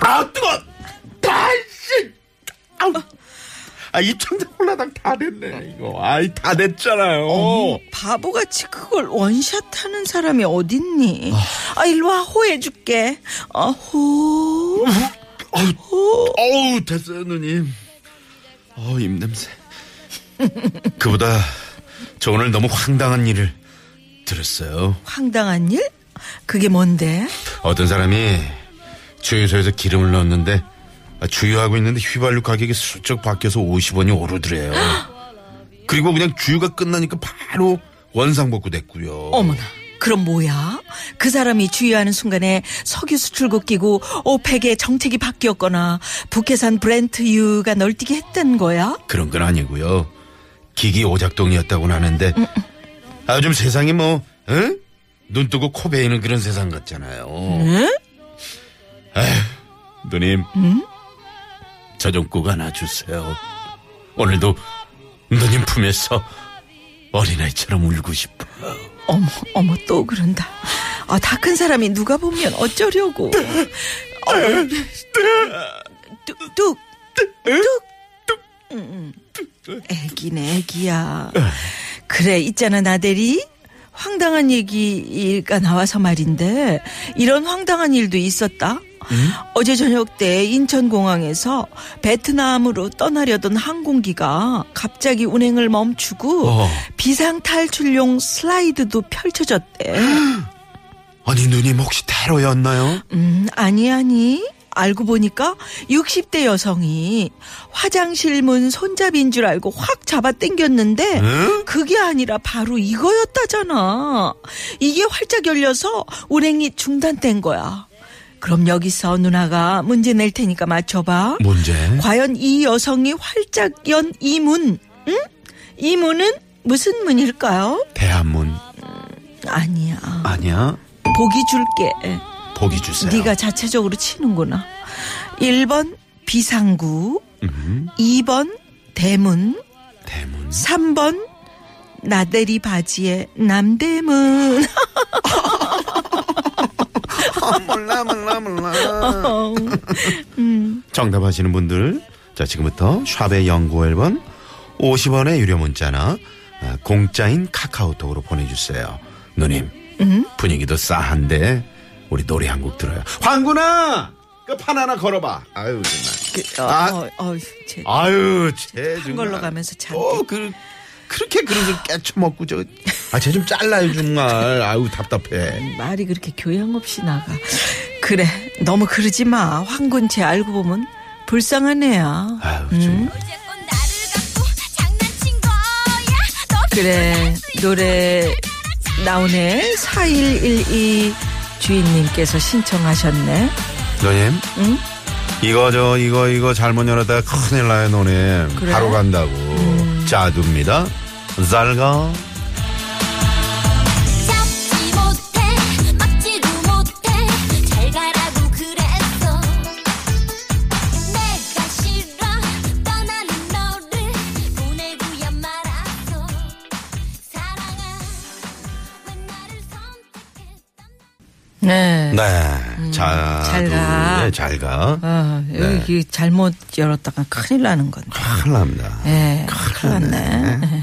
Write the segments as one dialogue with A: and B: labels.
A: 아, 아, 뜨거! 다씨! 아우! 아, 이 청자 콜라당 다 됐네, 이거. 아이, 다 됐잖아요.
B: 어. 바보같이 그걸 원샷 하는 사람이 어딨니 아 일로 와 호해줄게 어, 어호
A: 음. 어우, 어우, 됐어요, 누님. 어우, 입냄새. 그보다 저 오늘 너무 황당한 일을 들었어요.
B: 황당한 일 그게 뭔데
A: 어떤 사람이 주유소에서 기름을 넣었는데 아, 주유하고 있는데 휘발유 가격이 슬쩍 바뀌어서 50원이 오르더래요. 그리고 그냥 주유가 끝나니까 바로 원상복구 됐고요.
B: 어머나. 그럼 뭐야? 그 사람이 주의하는 순간에 석유 수출국 끼고 오펙의 정책이 바뀌었거나 북해산 브렌트유가 널뛰게 했던 거야?
A: 그런 건 아니고요. 기기 오작동이었다고는 하는데 아, 요즘 세상이 뭐 응? 눈 뜨고 코 베이는 그런 세상 같잖아요.
B: 응?
A: 누님, 저 좀 꼭 안아주세요. 오늘도 누님 품에서 어린아이처럼 울고 싶어.
B: 어머, 어머 또 그런다. 아, 다 큰 사람이 누가 보면 어쩌려고. 어, 뚝, 뚝, 뚝. 음, 음. 애기네, 애기야. 그래, 있잖아, 나대리. 황당한 얘기가 나와서 말인데, 이런 황당한 일도 있었다. 어제 저녁 때 인천공항에서 베트남으로 떠나려던 항공기가 갑자기 운행을 멈추고
A: 어.
B: 비상 탈출용 슬라이드도 펼쳐졌대.
A: 아니 누님 혹시 테러였나요?
B: 음, 아니, 아니. 알고 보니까 60대 여성이 화장실 문 손잡이인 줄 알고 확 잡아 당겼는데
A: 응?
B: 그게 아니라 바로 이거였다잖아. 이게 활짝 열려서 운행이 중단된 거야. 그럼 여기서 누나가 문제 낼 테니까 맞춰봐.
A: 뭔데?
B: 과연 이 여성이 활짝 연 이 문, 응? 이 문은 무슨 문일까요?
A: 대한문
B: 아니야.
A: 아니야?
B: 보기 줄게.
A: 보기 주세요.
B: 네가 자체적으로 치는구나. 1번 비상구, 2번 대문,
A: 대문
B: 3번 나대리 바지에 남대문.
A: 몰라 몰라 몰라
B: 음.
A: 정답 하시는 분들 자 지금부터 샵의 연구 1번 50원의 유료 문자나 아, 공짜인 카카오톡으로 보내주세요. 누님
B: 음?
A: 분위기도 싸한데 우리 노래 한 곡 들어요. 황구나 그 판 하나 걸어봐. 아유 정말.
B: 그, 어,
A: 아.
B: 어, 어, 제,
A: 아유 쟤
B: 한
A: 정말.
B: 걸로 가면서 잔.
A: 어, 그, 그렇게 그릇을 깨쳐먹고 저, 아, 쟤 좀 잘라요, 정말. 아유, 답답해.
B: 말이 그렇게 교양 없이 나가. 그래, 너무 그러지 마. 황군 쟤 알고 보면 불쌍한 애야.
A: 아유, 정말.
B: 그래 노래 나오네 4112 주인님께서 신청하셨네
A: 너님? 이거, 저, 이거, 이거 잘못 열었다가 큰일 나요, 너님.
B: 그래?
A: 바로 간다고.
B: 음.
A: 자두입니다. 잘 가.
C: 잡지 못해 막지도 못해 잘 가라고 그랬어 내가 싫어 떠나는 너를 보내고야 말았어 사랑아 왜 나를 선택했던
B: 네
A: 네. 자두.
B: 잘 가.
A: 네, 잘 가.
B: 어,
A: 네.
B: 여기 잘못 열었다가 큰일 나는 건데
A: 큰일 납니다.
B: 예 큰일 났네 예.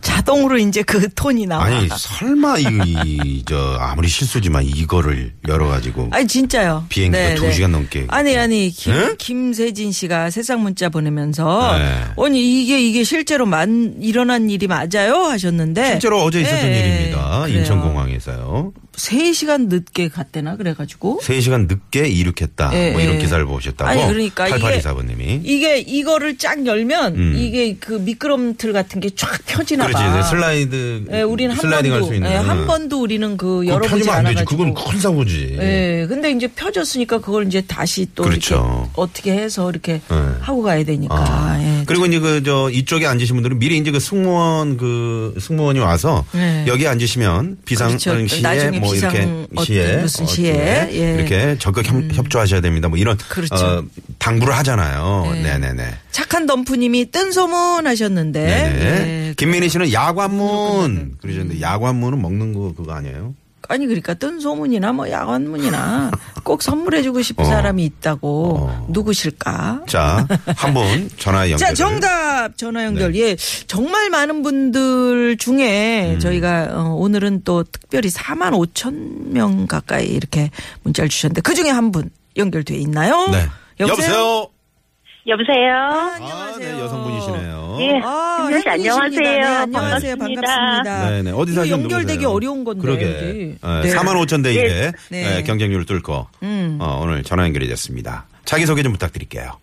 B: 자동으로 이제 그 톤이 나와
A: 어. 아니, 설마, 이, 이, 저, 아무리 실수지만 이거를 열어가지고.
B: 아니, 진짜요. 네,
A: 비행기가 두 시간 넘게.
B: 아니 아니 김,
A: 응?
B: 김세진 씨가 세상 문자 보내면서
A: 네.
B: 아니 이게 이게 실제로 만 일어난 일이 맞아요 하셨는데
A: 실제로 어제 있었던
B: 예,
A: 일입니다.
B: 그래요.
A: 인천공항에서요.
B: 세시간 늦게 갔대나 그래가지고
A: 3시간 늦게 이륙했다.
B: 예,
A: 뭐 이런
B: 예.
A: 기사를 보셨다고.
B: 아니, 그러니까 이게-
A: 8824번님이.
B: 이게 이거를 쫙 열면
A: 음.
B: 이게 그 미끄럼틀 같은 게 쫙 펴지나
A: 그렇지.
B: 봐.
A: 이제 슬라이드.
B: 아. 예, 우린 한
A: 슬라이딩 할
B: 번도
A: 수 있는. 음.
B: 예, 한 번도 우리는 그
A: 그거
B: 열어보지
A: 펴지면 안 되지.
B: 않아가지고.
A: 그건 큰 사고지.
B: 예, 근데 이제 펴졌으니까 그걸 이제 다시 또
A: 그렇죠.
B: 이렇게 어떻게 해서 이렇게
A: 예.
B: 하고 가야 되니까.
A: 아.
B: 예.
A: 그리고 이제 그 저 이쪽에 앉으신 분들은 미리 이제 그 승무원 그 승무원이 와서
B: 네.
A: 여기 앉으시면 비상
B: 그렇죠.
A: 응, 시에
B: 나중에
A: 뭐
B: 비상
A: 이렇게
B: 어떤
A: 시에
B: 무슨
A: 어떻게
B: 시에, 예.
A: 이렇게 적극 협, 협조하셔야 됩니다. 뭐 이런
B: 그렇죠. 예.
A: 어, 당부를 하잖아요. 네, 네, 네.
B: 착한 덤프님이 뜬 소문 하셨는데.
A: 네.
B: 예.
A: 김민희 씨는 야관문
B: 음.
A: 그러셨는데 야관문은 먹는 거 그거 아니에요?
B: 아니 그러니까 뜬 소문이나 뭐 야관문이나 꼭 선물해주고 싶은
A: 어.
B: 사람이 있다고
A: 어.
B: 누구실까?
A: 자, 한번 전화 연결.
B: 자, 정답 전화 연결.
A: 네.
B: 예. 정말 많은 분들 중에
A: 음.
B: 저희가 어, 오늘은 또 특별히 4만 5천 명 가까이 이렇게 문자를 주셨는데 그 중에 한 분 연결돼 있나요?
A: 네.
B: 여보세요?
A: 여보세요?
B: 아,
D: 여보세요.
B: 안녕하세요.
A: 아, 네, 여성분이시네요.
D: 예.
B: 아,
D: 김현 씨,
B: 혜민이십니다.
D: 안녕하세요.
B: 네, 안녕하세요.
D: 반갑습니다.
B: 반갑습니다.
A: 네네. 어디
B: 이거
A: 사시는
B: 연결되기
A: 누구세요?
B: 어려운 건데.
A: 그러게.
B: 여기.
A: 네.
B: 네.
A: 4만 5천 대 1에
D: 예.
B: 네. 음.
A: 경쟁률을 뚫고 어, 오늘 전화 연결이 됐습니다. 자기소개 좀 부탁드릴게요.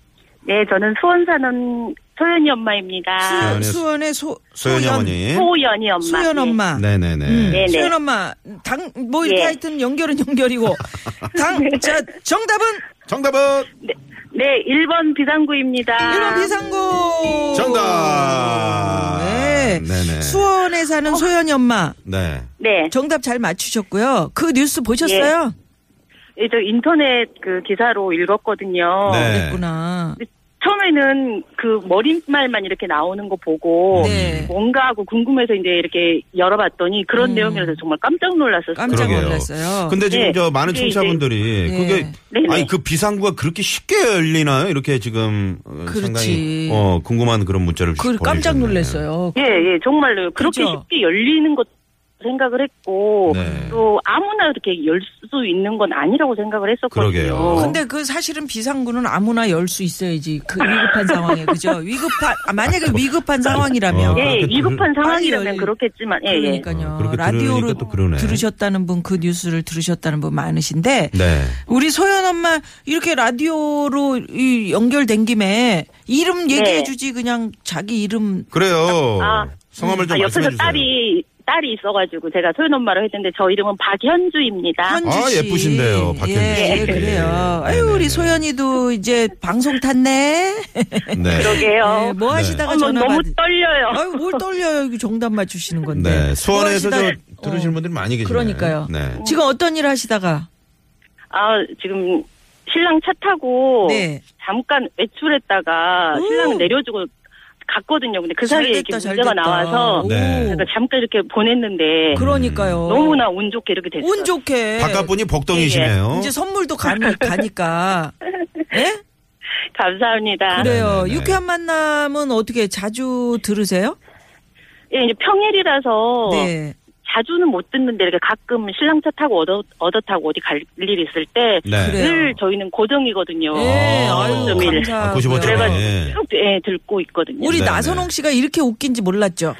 D: 네, 저는 수원 사는 소연이 엄마입니다.
B: 수연,
A: 네, 수연의-
B: 수연의 소,
A: 소연이
B: 소연,
A: 어머님.
D: 소연이 엄마.
B: 수연 엄마.
A: 네네네.
D: 네.
B: 수연 엄마. 당, 뭐 이렇게
D: 예.
B: 하여튼 연결은 연결이고. 당, 자, 정답은
A: 정답은
D: 네, 일 번 비상구입니다.
B: 1번 비상구.
A: 정답.
B: 네.
A: 네네.
B: 수원에 사는
D: 어?
B: 소연이 엄마.
A: 네.
D: 네,
B: 정답 잘 맞추셨고요. 그 뉴스 보셨어요?
D: 예, 저 인터넷 그 기사로 읽었거든요.
A: 네.
B: 그랬구나.
D: 처음에는 그 머릿말만 이렇게 나오는 거 보고
B: 네.
D: 뭔가 하고 궁금해서 이제 이렇게 열어봤더니 그런 내용이라서 정말 깜짝 놀랐었어요.
B: 깜짝
A: 그러게요.
B: 놀랐어요.
A: 근데 지금
D: 네.
A: 저 많은
D: 그게 이제-
A: 청취자분들이
B: 네.
A: 그게
D: 네네.
A: 아니 그 비상구가 그렇게 쉽게 열리나요? 이렇게 지금 어,
B: 그렇지.
A: 상당히 어, 궁금한 그런 문자를
B: 그
A: 보내주셨네요.
B: 깜짝 놀랐어요.
D: 예, 예, 정말로 그렇게
B: 그죠?
D: 쉽게 열리는 것 생각을 했고
A: 네.
D: 또 아무나 이렇게 열 수 있는 건 아니라고 생각을 했었거든요.
A: 그러게요.
B: 근데 그 사실은 비상구는 아무나 열 수 있어야지. 그 위급한 상황에 그죠? 위급한 아, 만약에 위급한 상황이라면
A: 어,
D: 예,
A: 그렇게
B: 들을-
D: 위급한 상황이라면
B: 빨리 열-
D: 그렇겠지만 예, 예.
B: 그러니까요.
A: 어, 그렇게
B: 라디오로
A: 들으니까 또 그러네.
B: 들으셨다는 분 그 뉴스를 들으셨다는 분 많으신데
A: 네.
B: 우리 소연 엄마 이렇게 라디오로 이 연결된 김에 이름
D: 네.
B: 얘기해 주지 그냥 자기 이름
A: 그래요.
D: 아,
A: 성함을 좀 말씀해
D: 아, 옆에서
A: 주세요.
D: 딸이 딸이 있어가지고 제가 소연 엄마로 했는데 저 이름은 박현주입니다.
B: 현주
A: 아,
B: 씨.
A: 예쁘신데요, 박현주
B: 예,
A: 씨.
B: 예, 그래요.
A: 네,
B: 아유
A: 네,
B: 우리
A: 네.
B: 소연이도 이제 방송 탔네.
A: 네.
D: 그러게요.
B: 네, 뭐 하시다가
D: 어머,
B: 전화
D: 너무
B: 받 어?
D: 떨려요.
B: 아유 뭘 떨려요 이거 정답 맞추시는 건데.
A: 네. 수원에서
B: 뭐
A: 저
B: 하시다가- 어.
A: 들으시는 분들이 많이 계시네요.
B: 그러니까요.
A: 네.
B: 지금 어떤 일 하시다가?
D: 아 지금 신랑 차 타고
B: 네.
D: 잠깐 외출했다가
B: 오.
D: 신랑 내려주고 갔거든요. 근데 그 사이에 이렇게 문제가 나와서
A: 네.
D: 제가 잠깐 이렇게 보냈는데
B: 그러니까요.
D: 너무나 운 좋게 이렇게 됐어요.
B: 운 좋게.
A: 바깥분이 어? 복덩이시네요.
B: 네. 예. 이제 선물도 가니, 가니까. 예?
D: 감사합니다.
B: 그래요.
A: 네, 네, 네.
B: 유쾌한 만남은 어떻게 자주 들으세요?
D: 예, 이제 평일이라서
B: 네.
D: 자주는 못 듣는데 이렇게 가끔 신랑 차 타고 얻어 얻어 타고 어디 갈 일이 있을
A: 네.
D: 때 늘 저희는 고정이거든요.
B: 네, 아유,
D: 좀 이래.
B: 감사하고요.
A: 아, 95 점에.
D: 그래가지고
A: 네.
D: 쭉 예, 듣고 있거든요.
B: 우리
A: 네,
B: 나선홍
A: 네.
B: 씨가 이렇게 웃긴지 몰랐죠?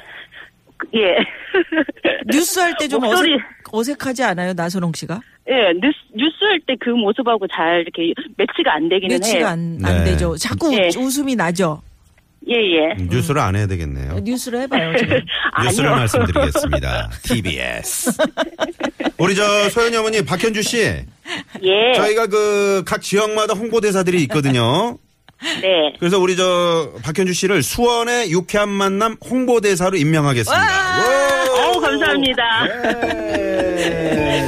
D: 예.
B: 뉴스 할 때 좀
D: 목소리.
B: 어색, 어색하지 않아요, 나선홍 씨가?
D: 예, 뉴스, 뉴스 할 때 그 모습하고 잘 이렇게 매치가 안 되기는 해요.
B: 매치가 안, 안
A: 네.
B: 되죠. 자꾸
D: 네.
B: 웃음이 나죠.
D: 예, 예.
A: 음,
B: 음.
A: 뉴스를 안 해야 되겠네요.
B: 뉴스를 해봐요. 지금.
A: 뉴스를
D: 아니요.
A: 말씀드리겠습니다. TBS. 우리 저 소연이 어머니 박현주 씨.
D: 예.
A: 저희가 그 각 지역마다 홍보대사들이 있거든요.
D: 네.
A: 그래서 우리 저 박현주 씨를 수원의 유쾌한 만남 홍보대사로 임명하겠습니다. 와!
D: 어우, 감사합니다.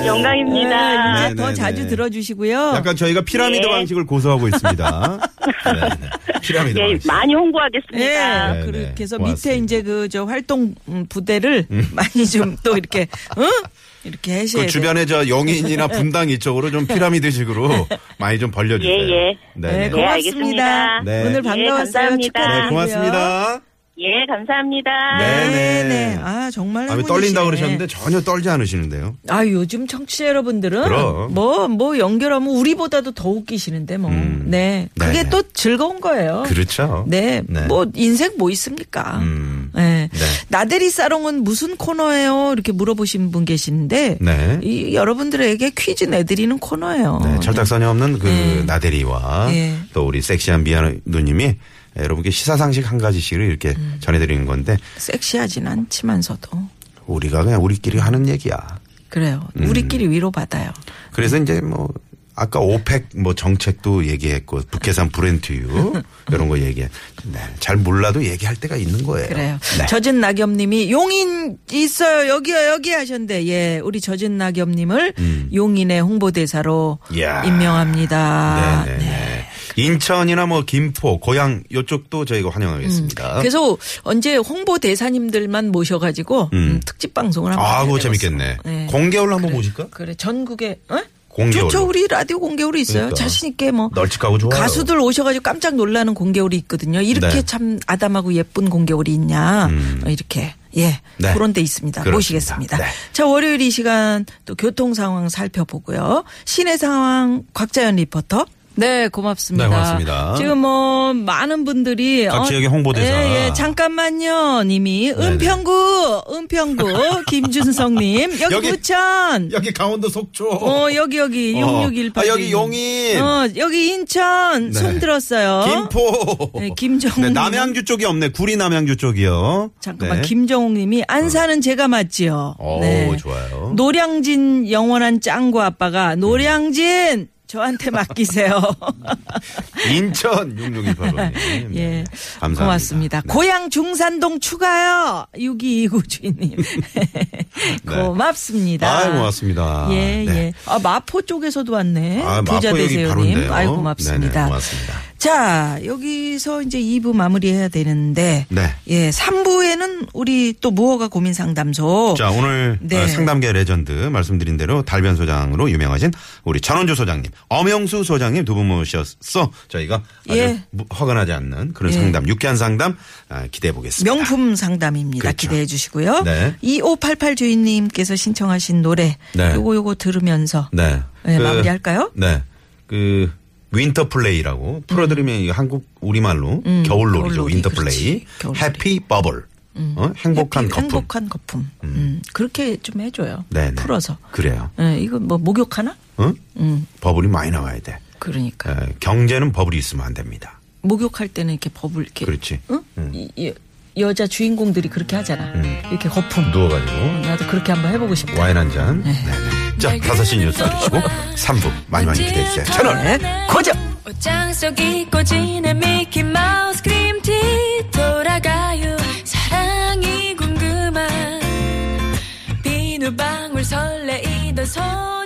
D: 영광입니다.
B: 네,
A: 네,
B: 이제 더
A: 네,
B: 자주
A: 네.
B: 들어주시고요.
A: 약간 저희가 피라미드
D: 예.
A: 방식을 고수하고 있습니다. 네, 네. 피라미드
D: 예,
A: 방식.
D: 많이 홍보하겠습니다.
B: 예,
A: 네, 네.
B: 그렇게 해서
A: 고맙습니다.
B: 밑에 이제 그 저 활동 음, 부대를 많이 좀 또 이렇게 응? 이렇게 해셔야
A: 그
B: 돼요.
A: 주변에 저 영인이나 분당 이쪽으로 좀 피라미드식으로 많이 좀 벌려주세요.
D: 예, 예.
B: 네,
A: 네, 네.
B: 고맙습니다.
D: 알겠습니다.
A: 네.
B: 오늘
D: 예,
B: 반가웠어요.
D: 감사합니다.
B: 축하드리고요.
A: 네, 고맙습니다.
D: 예, 감사합니다.
A: 네,
B: 네,
A: 네.
B: 네. 아, 정말.
A: 아, 왜
B: 행운이시네.
A: 떨린다 그러셨는데 전혀 떨지 않으시는데요.
B: 아, 요즘 청취자 여러분들은
A: 그럼.
B: 뭐 뭐 연결하면 우리보다도 더 웃기시는데 뭐.
A: 음.
B: 네.
A: 네,
B: 그게
A: 네.
B: 또 즐거운 거예요.
A: 그렇죠.
B: 어. 네. 뭐 인생 뭐 있습니까?
A: 음.
B: 네.
A: 네.
B: 나대리 사롱은 무슨 코너예요? 이렇게 물어보신 분 계시는데
A: 네.
B: 이 여러분들에게 퀴즈 내드리는 코너예요.
A: 네, 철딱선이 없는 그
B: 네.
A: 나대리와
B: 네.
A: 또 우리 섹시한 미안 누님이 예, 여러분께 시사상식 한 가지씩을 이렇게
B: 음.
A: 전해드리는 건데
B: 섹시하진 않지만서도
A: 우리가 그냥 우리끼리 하는 얘기야.
B: 그래요.
A: 음.
B: 우리끼리 위로 받아요.
A: 그래서 이제 뭐 아까 오펙 뭐 정책도 얘기했고 북해산 브렌트유 이런 거 얘기해. 네, 잘 몰라도 얘기할 때가 있는 거예요.
B: 그래요.
A: 네.
B: 젖은 낙엽님이 용인 있어요. 여기요, 여기 하셨는데 예, 우리 젖은 낙엽님을 용인의 홍보대사로
A: 음. 이야.
B: 임명합니다.
A: 네네네. 인천이나 뭐 김포, 고향 요쪽도 저희가 환영하겠습니다.
B: 그래서 언제 홍보대사님들만 모셔가지고 음, 특집 방송을 한번
A: 아,
B: 해야
A: 그거
B: 되겠어.
A: 재밌겠네.
B: 네.
A: 공개홀로 한번 모실까?
B: 그래 전국에 어?
A: 공개홀로.
B: 좋죠 우리 라디오 공개홀이 있어요
A: 그러니까.
B: 자신 있게 뭐
A: 널찍하고 좋아요.
B: 가수들 오셔가지고 깜짝 놀라는 공개홀이 있거든요 이렇게
A: 네. 음.
B: 참 아담하고 예쁜 공개홀이 있냐 어, 이렇게 예
A: 네.
B: 그런 데 있습니다
A: 그렇습니다.
B: 모시겠습니다
A: 네.
B: 자 월요일 이 시간 또 교통 상황 살펴보고요 시내 상황 곽자연 리포터 네 고맙습니다.
A: 네, 고맙습니다.
B: 지금 뭐 많은 분들이 어,
A: 각 지역의 홍보대사.
B: 예, 예, 잠깐만요 님이
A: 네네.
B: 은평구 은평구 김준성님 여기,
A: 여기.
B: 부천
A: 여기 강원도 속초.
B: 어, 여기, 여기,
A: 어.
B: 6618.
A: 아, 여기 용인.
B: 어, 여기 인천.
A: 네.
B: 손 들었어요.
A: 김포.
B: 네, 김정욱
A: 네,
B: 님.
A: 남양주 쪽이 없네. 구리 남양주 쪽이요.
B: 잠깐만,
A: 네.
B: 김정욱 님이 안사는 제가 맞지요. 네.
A: 오, 좋아요. 음.
B: 노량진 영원한 짱구 아빠가 노량진! 저한테 맡기세요.
A: 인천 6618번님. 네,
B: 예.
A: 감사합니다.
B: 고맙습니다.
A: 네.
B: 고향 중산동 추가요. 6229 주인님. 고맙습니다.
A: 네. 아, 고맙습니다.
B: 예,
A: 네.
B: 예. 아, 마포 쪽에서도 왔네.
A: 아,
B: 부자
A: 마포 여기
B: 되세요님.
A: 바로인데요.
B: 아이 고맙습니다.
A: 네네, 고맙습니다.
B: 자, 여기서 이제 2부 마무리해야 되는데.
A: 네.
B: 예, 3부에는 우리 또 무허가 고민 상담소.
A: 자, 오늘
B: 네.
A: 어, 상담계 레전드 말씀드린 대로 달변 소장으로 유명하신 우리 전원주 소장님, 엄영수 소장님 두 분 모셨어. 저희가 아주
B: 예.
A: 무- 허가 나지 않는 그런 상담, 유쾌한 상담 아, 기대해 보겠습니다.
B: 명품 상담입니다.
A: 그렇죠.
B: 기대해 주시고요.
A: 네.
B: 2588 주인님께서 신청하신 노래.
A: 네.
B: 요거 요거 들으면서
A: 네.
B: 네, 마무리할까요?
A: 네. 그 윈터 플레이라고 풀어드리면 이거 한국 우리말로 겨울 놀이죠.
B: 음, 겨울놀이,
A: 윈터
B: 그렇지.
A: 플레이.
B: 겨울놀이.
A: 해피 버블. 어? 행복한
B: 해피,
A: 거품.
B: 행복한 거품. 음. 그렇게 좀 해줘요.
A: 네네.
B: 풀어서. 음.
A: 그래요.
B: 예, 이거 뭐 목욕하나?
A: 응? 버블이 많이 나와야 돼.
B: 그러니까.
A: 에, 경제는 버블이 있으면 안 됩니다.
B: 목욕할 때는 이렇게 법을 이렇게.
A: 그렇지. 음.
B: 응? 이- 이- 여자 주인공들이 그렇게 하잖아. 이렇게 거품.
A: 누워가지고
B: 나도 그렇게 한번 해보고 싶다.
A: 와인 한 잔. 네. 네. 자, 5시 뉴스 들으시고 3부 많이 많이 기대해 주세요. 채널
B: 네, 고정!
C: 옷장 속 잊고 지낸 미키 마우스 그림티 돌아가요 사랑이 궁금한 비누방울 설레이던 손